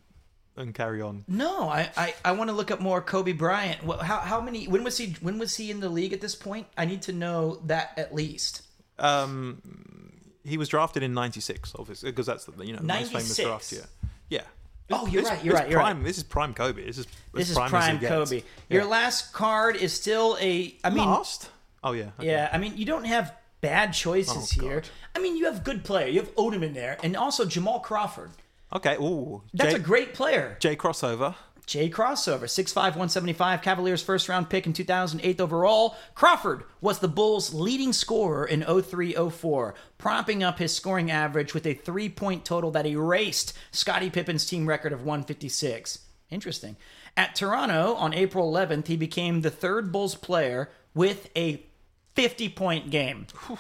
and carry on.
No, I, I, I want to look up more Kobe Bryant. Wha- How, how many? When was he? When was he in the league at this point? I need to know that at least.
Um, he was drafted in '96, obviously, because that's the you know the most famous
96?
draft year. Yeah.
Oh, you're
It's-
right, you're
it's
right, you're
prime, This is prime Kobe. This is as
This is
prime,
prime
as he gets.
Kobe.
Yeah.
Your last card is still a. I mean,
last. Oh yeah. okay.
Yeah,
yeah. I mean, you don't have bad choices
Oh,
here.
God.
I mean, you have good player. You have Odom in there,
and also Jamal Crawford.
Okay. Ooh.
That's
Jay,
a great player.
Jay crossover.
Jay Crossover, 6'5", 175, Cavaliers first round pick in 2008 overall. Crawford was the Bulls' leading scorer in 03-04, propping up his scoring average with a three-point total that erased Scottie Pippen's team record of 156. Interesting. At Toronto on April 11th, he became the third Bulls player with a 50-point game.
Oh,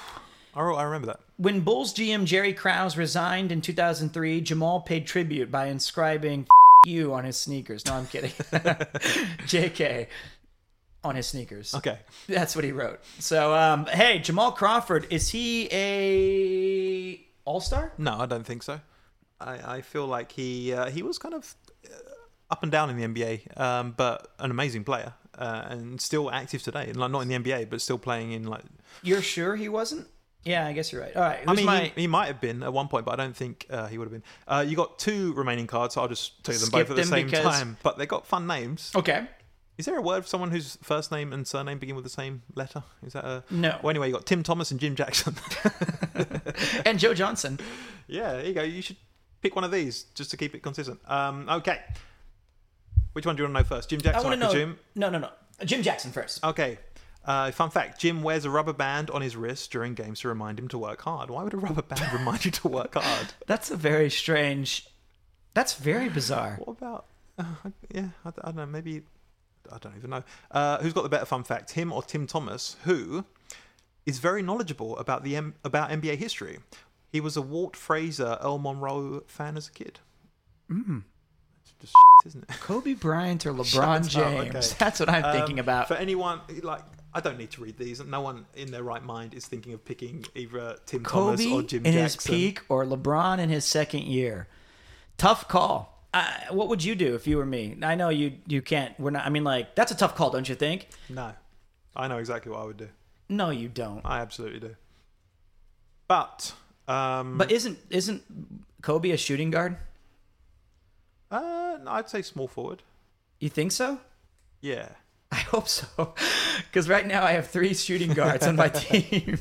I remember that.
When Bulls GM Jerry Krause resigned in 2003, Jamal paid tribute by inscribing F- you on his sneakers. No, I'm kidding. JK on his sneakers.
Okay.
That's what he wrote. So, um, hey, Jamal Crawford, is he a all-star?
No, I don't think so. I, I feel like he uh, he was kind of uh, up and down in the NBA, um, but an amazing player uh, and still active today. Like not in the NBA, but still playing in like
You're sure he wasn't? Yeah, I guess you're right. All right.
I
who's
mean,
my-
he, he might have been at one point, but I don't think uh, he would have been. Uh, you got two remaining cards, so I'll just do them
Skip
both at the
them
same
because-
time. But they got fun names.
Okay.
Is there a word for someone whose first name and surname begin with the same letter? Is that a
No.
Well, anyway, you got Tim Thomas and Jim Jackson.
And Joe Johnson.
yeah, there you go. You should pick one of these just to keep it consistent. Um, okay. Which one do you want to know first? Jim Oh.
I
Jackson, I,
want to know.
presume.
No, no, no. Jim Jackson first.
Okay. Uh, fun fact: Jim wears a rubber band on his wrist during games to remind him to work hard. Why would a rubber band remind you to work hard?
That's a very strange. That's very bizarre.
What about? Uh, yeah, I, d- I don't know. Maybe I don't even know. Uh, who's got the better fun fact, him or Tim Thomas, who is very knowledgeable about the M- about NBA history? He was a Walt Fraser, Earl Monroe fan as a kid. Mm. Just isn't it?
Kobe Bryant or LeBron
Shut up,
James?
oh, okay.
That's what I'm
Um,
thinking about.
For anyone like, I don't need to read these. No one in their right mind is thinking of picking either Tim Thomas
Kobe
or
in
Jim
his
Jackson.
peak or LeBron in his second year. Tough call. Uh, what would you do if you were me? I know you you can't. We're not. I mean, like that's a tough call, don't you think?
No, I know exactly what I would do.
No, you don't.
I absolutely do. But um,
But isn't isn't Kobe a shooting guard?
Uh, no, I'd say small forward.
You think so?
Yeah.
I hope so, because right now I have three shooting guards on my team.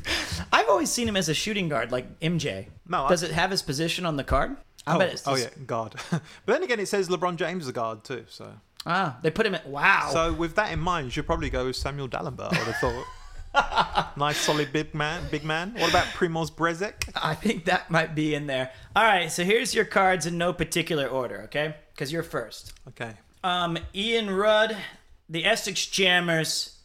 I've always seen him as a shooting guard, like MJ.
No, I-
does it have his position on the card? I
oh,
bet it's
oh
just-
yeah, guard. but then again, it says LeBron James is a guard too. So,
Ah, they put him at wow.
so with that in mind, you should probably go with Samuel Dallenberg. I would have thought. nice, solid big man. Big man. What about Primoz Brezek?
I think that might be in there. All right, so here's your cards in no particular order, okay? Because you're first.
Okay.
Um, Ian Rudd, the Essex Jammers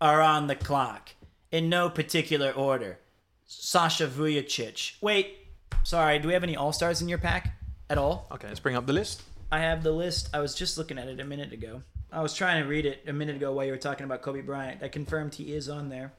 are on the clock in no particular order. Sasha Vujacic. Wait,
Sorry, do we have any All Stars in your pack at all?
Okay, let's bring up the list.
I have the list. I was just looking at it a minute ago. I was trying to read it a minute ago while you were talking about Kobe Bryant. I confirmed he is on there.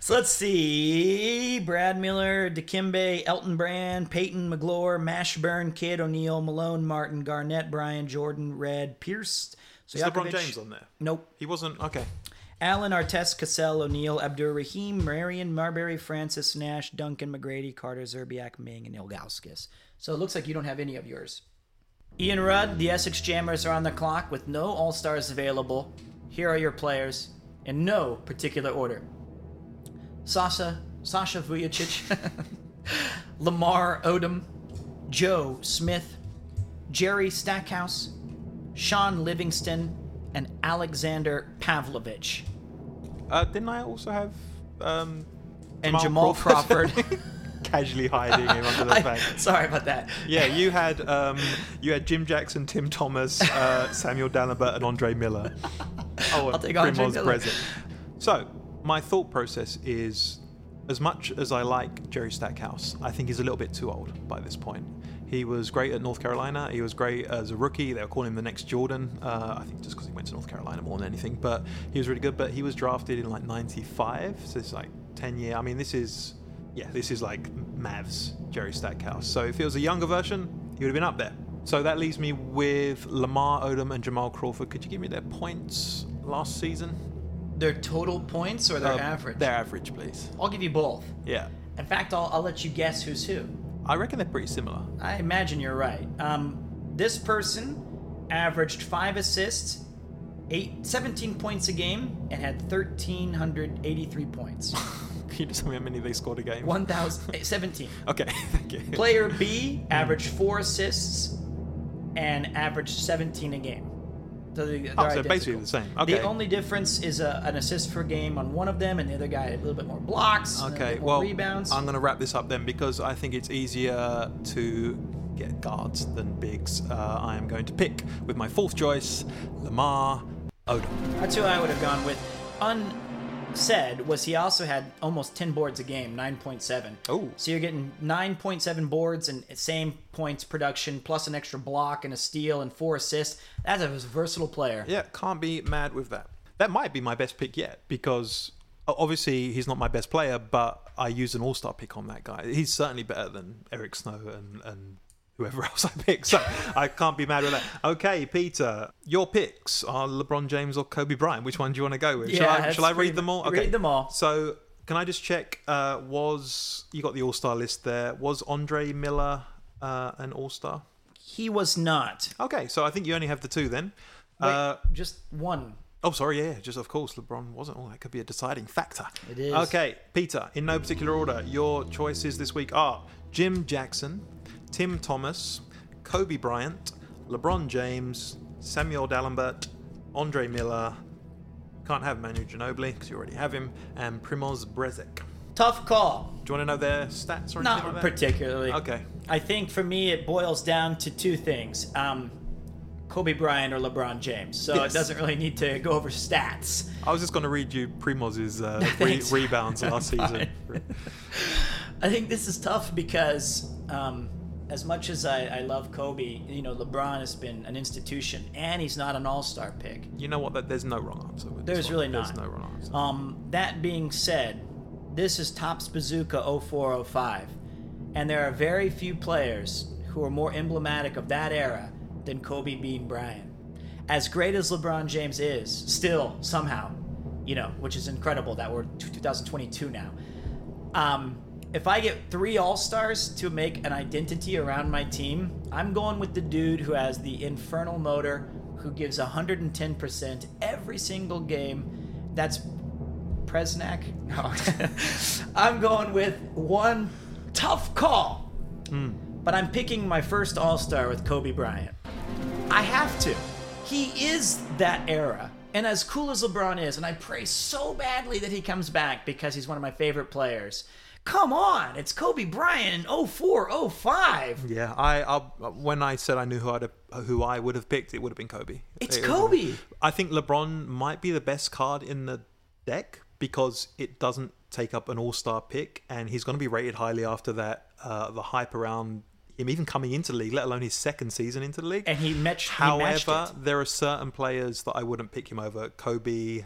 so let's see. Brad Miller, Dikembe, Elton Brand, Peyton McGlure, Mashburn, Kid O'Neal, Malone, Martin, Garnett, Bryan, Jordan, Red, Pierce.
Is LeBron James on there?
Nope.
He wasn't. Okay.
Allen, Artest, Cassell, O'Neal, Abdur Rahim, Marion, Marbury, Francis, Nash, Duncan, McGrady, Carter, Zerbiak, Ming, and Ilgauskas. So it looks like you don't have any of yours. Ian Rudd, the Essex Jammers are on the clock with no All Stars available. Here are your players in no particular order Sasha, Sasha Vujacic, Lamar Odom, Joe Smith, Jerry Stackhouse, Sean Livingston, and Alexander Pavlovich.
Uh, didn't I also have um,
and Jamal, Crawford.
casually hiding him under the
I-
bed?
sorry about that.
Yeah, you had um, you had Jim Jackson, Tim Thomas, uh, Samuel Dallenberg, and Andre Miller. Oh,
I'll take Andre
Primoz
Miller.
Brezek. So my thought process is, as much as I like Jerry Stackhouse, I think he's a little bit too old by this point. He was great at North Carolina. He was great as a rookie. They were calling him the next Jordan. Uh, I think just because he went to North Carolina more than anything. But he was really good. But he was drafted in like '95, so it's like 10 year. I mean, this is yeah, this is like Mavs Jerry Stackhouse. So if it was a younger version, he would have been up there. So that leaves me with Lamar Odom and Jamal Crawford. Could you give me their points last season?
Their total points or their
Um,
average?
Their average, please.
I'll give you both.
Yeah.
In fact, I'll, I'll let you guess who's who.
I reckon they're pretty similar.
I imagine you're right. Um, this person averaged five assists, eight, 17 points a game, and had 1,383 points. eh,
Can you just tell me how many they scored a game?
1,017.
Okay, thank you.
Player B averaged four assists and averaged 17 a game. So, they, they're
Oh, so
identical.
basically the same. Okay.
The only difference is a, an assist per game on one of them, and the other guy had a little bit more blocks, and a
Okay,
bit more
well,
rebounds.
I'm going to wrap this up then because I think it's easier to get guards than bigs. Uh, I am going to pick with my fourth choice Lamar Odom.
That's who I would have gone with. Unsaid was he also had almost 10 boards a game, 9.7.
Oh.
So you're getting 9.7 boards and same points production, plus an extra block and a steal and four assists. That's a versatile player.
Yeah, can't be mad with that. That might be my best pick yet because o- obviously he's not my best player, but I used an all star pick on that guy. He's certainly better than Eric Snow and. and Whoever else I pick, so I can't be mad with that. Okay, Peter, your picks are LeBron James or Kobe Bryant. Which one do you want to go with?
Yeah,
shall I,
that's
shall I
pretty
read them all?
mu-
Okay.
read them all.
So can I just check? Uh, was you got the All Star list there? Was Andre Miller uh, an All Star?
He was not.
Okay, so I think you only have the two then.
Wait,
Uh,
just one.
oh, sorry, yeah, yeah, just of course LeBron wasn't. Oh, that could be a deciding factor.
It is.
Okay, Peter, in no particular order, your choices this week are Jim Jackson, Tim Thomas, Kobe Bryant, LeBron James, Samuel D'Alembert, Andre Miller. Can't have Manu Ginobili because you already have him, and Primoz Brezek.
Tough call.
Do you want to know their stats or anything
Not
like that?
particularly.
Okay.
I think for me it boils down to two things: um, Kobe Bryant or LeBron James. So
Yes.
it doesn't really need to go over stats.
I was just going to read you Primoz's uh, re-
Thanks.
rebounds last season.
I think this is tough because um, as much as I, I love Kobe, you know LeBron has been an institution, and he's not an All-Star pick.
You know what? That There's no wrong answer. With this
There's
one.
really
There's
not.
no wrong answer.
Um, that being said, this is Topps Bazooka 0405, and there are very few players who are more emblematic of that era than Kobe Bean Bryant. As great as LeBron James is, still, somehow, you know, which is incredible that we're t- 2022 now. Um, if I get three All Stars to make an identity around my team, I'm going with the dude who has the infernal motor, who gives 110% every single game. That's Presnack. No. I'm going with one tough call. But I'm picking my first All Star with Kobe Bryant. I have to. He is that era. And as cool as LeBron is, and I pray so badly that he comes back because he's one of my favorite players. Come on, it's Kobe Bryant in 04, 05.
Yeah, I I'll, when I said I knew who I'd have, who I would have picked, it would have been Kobe.
It's
It would have been-
Kobe.
I think LeBron might be the best card in the deck because it doesn't take up an All Star pick, and he's going to be rated highly after that. Uh, the hype around him, even coming into the league, let alone his second season into the league,
And he matched. he matched
However,
it.
there are certain players that I wouldn't pick him over. Kobe,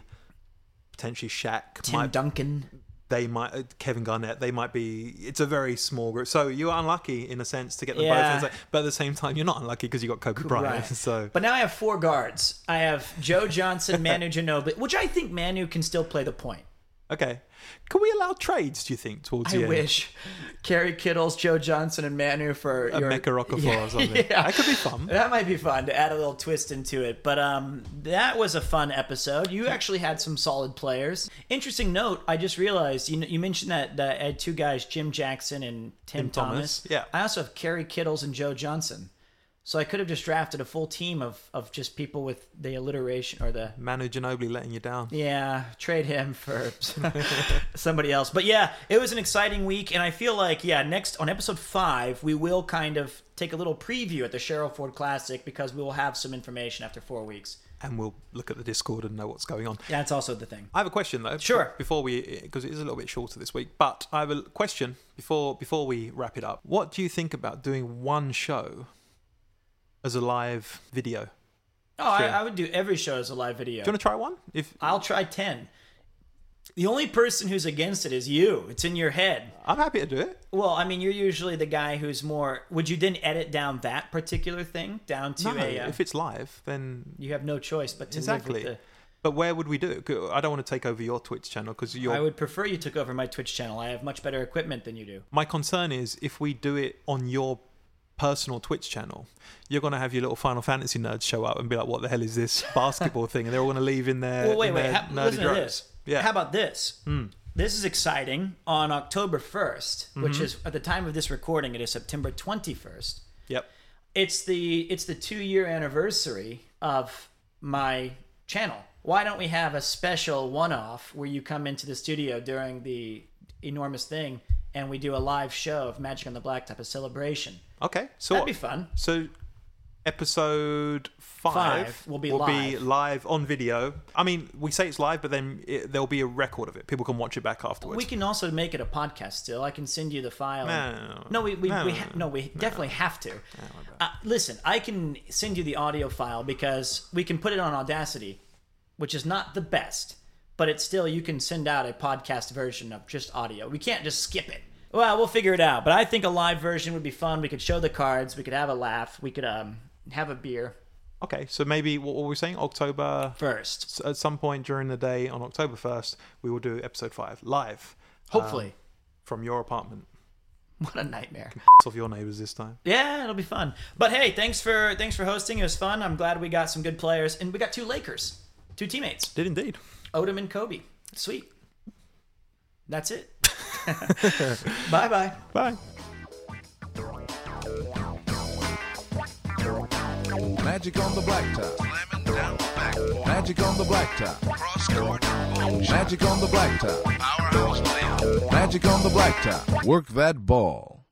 potentially Shaq.
Tim
might,
Duncan.
They might uh, Kevin Garnett. They might be. It's a very small group. So you are unlucky in a sense to get them
Yeah.
both. But at the same time, you're not unlucky because you got Kobe Bryant.
Right.
So
But now I have four guards. I have Joe Johnson, Manu Ginobili, which I think Manu can still play the point.
okay, can we allow trades? Do you think towards
I
the end?
wish Kerry Kittles, Joe Johnson, and Manu for
A
your-
Mecca Rockefeller or something.
Yeah.
That could be fun.
That might be fun to add a little twist into it. But um, that was a fun episode. You actually had some solid players. Interesting note, I just realized you, you mentioned that, that I had two guys, Jim Jackson and Tim,
Thomas,
Thomas.
yeah.
I also have Kerry Kittles and Joe Johnson. So I could have just drafted a full team of, of just people with the alliteration or the
Manu Ginobili letting you down.
yeah, trade him for somebody else. But yeah, it was an exciting week, and I feel like yeah, next on episode five we will kind of take a little preview at the Cheryl Ford Classic because we will have some information after four weeks.
And we'll look at the Discord and know what's going on.
That's also the thing.
I have a question though.
Sure.
Before we, because it is a little bit shorter this week, but I have a question before before we wrap it up. What do you think about doing one show as a live video?
Oh, I,
Sure.
I would do every show as a live video.
Do you want to try one? If
I'll try ten. The only person who's against it is you. It's in your head.
I'm happy to do it.
Well, I mean, you're usually the guy who's more. Would you then edit down that particular thing down to
No,
a? Uh,
if it's live, then
you have no choice but to
exactly.
Live with the,
But where would we do it? 'Cause I don't want to take over your Twitch channel because your
I would prefer you took over my Twitch channel. I have much better equipment than you do.
my concern is if we do it on your personal Twitch channel, you're going to have your little Final Fantasy nerds show up and be like, "What the hell is this basketball thing?" And they're all going to leave in their
Well, wait,
in
wait.
their
Ha-
nerdy
listen to
droves.
this.
Yeah. Hmm.
How about this? This is exciting. On October 1st, which
Mm-hmm.
is at the time of this recording, it is September 21st.
Yep.
It's the it's the two year anniversary of my channel. Why don't we have a special one off where you come into the studio during the enormous thing and we do a live show of Magic on the Blacktop, a celebration?
Okay. So
That'd
what-
be fun.
So episode five,
Five will be live.
live on video. I mean, we say it's live, but then it, there'll be a record of it. People can watch it back afterwards.
We can also make it a podcast still. I can send you the file.
No, no, no, no.
No, we we,
No,
we
no,
ha-
no,
no, we definitely have to. Uh, listen, I can send you the audio file because we can put it on Audacity, which is not the best, but it's still you can send out a podcast version of just audio. We can't just skip it. Well, we'll figure it out. But I think a live version would be fun. We could show the cards. We could have a laugh. We could um have a beer
okay. So maybe what were we saying? October
first,
s- at some point during the day on October first, we will do episode five live
hopefully.
from your apartment.
what a nightmare.
Of your neighbors this time.
Yeah, it'll be fun. But hey, thanks for thanks for hosting. It was fun. I'm glad we got some good players, and we got two Lakers, two teammates,
Did indeed.
Odom and Kobe. Sweet. That's it. bye bye.
Bye.
Magic on the blacktop.
Slamming down the backboard.
Magic on the blacktop.
Cross court motion.
Magic on the blacktop.
Powerhouse player.
Magic on the blacktop. Work that ball.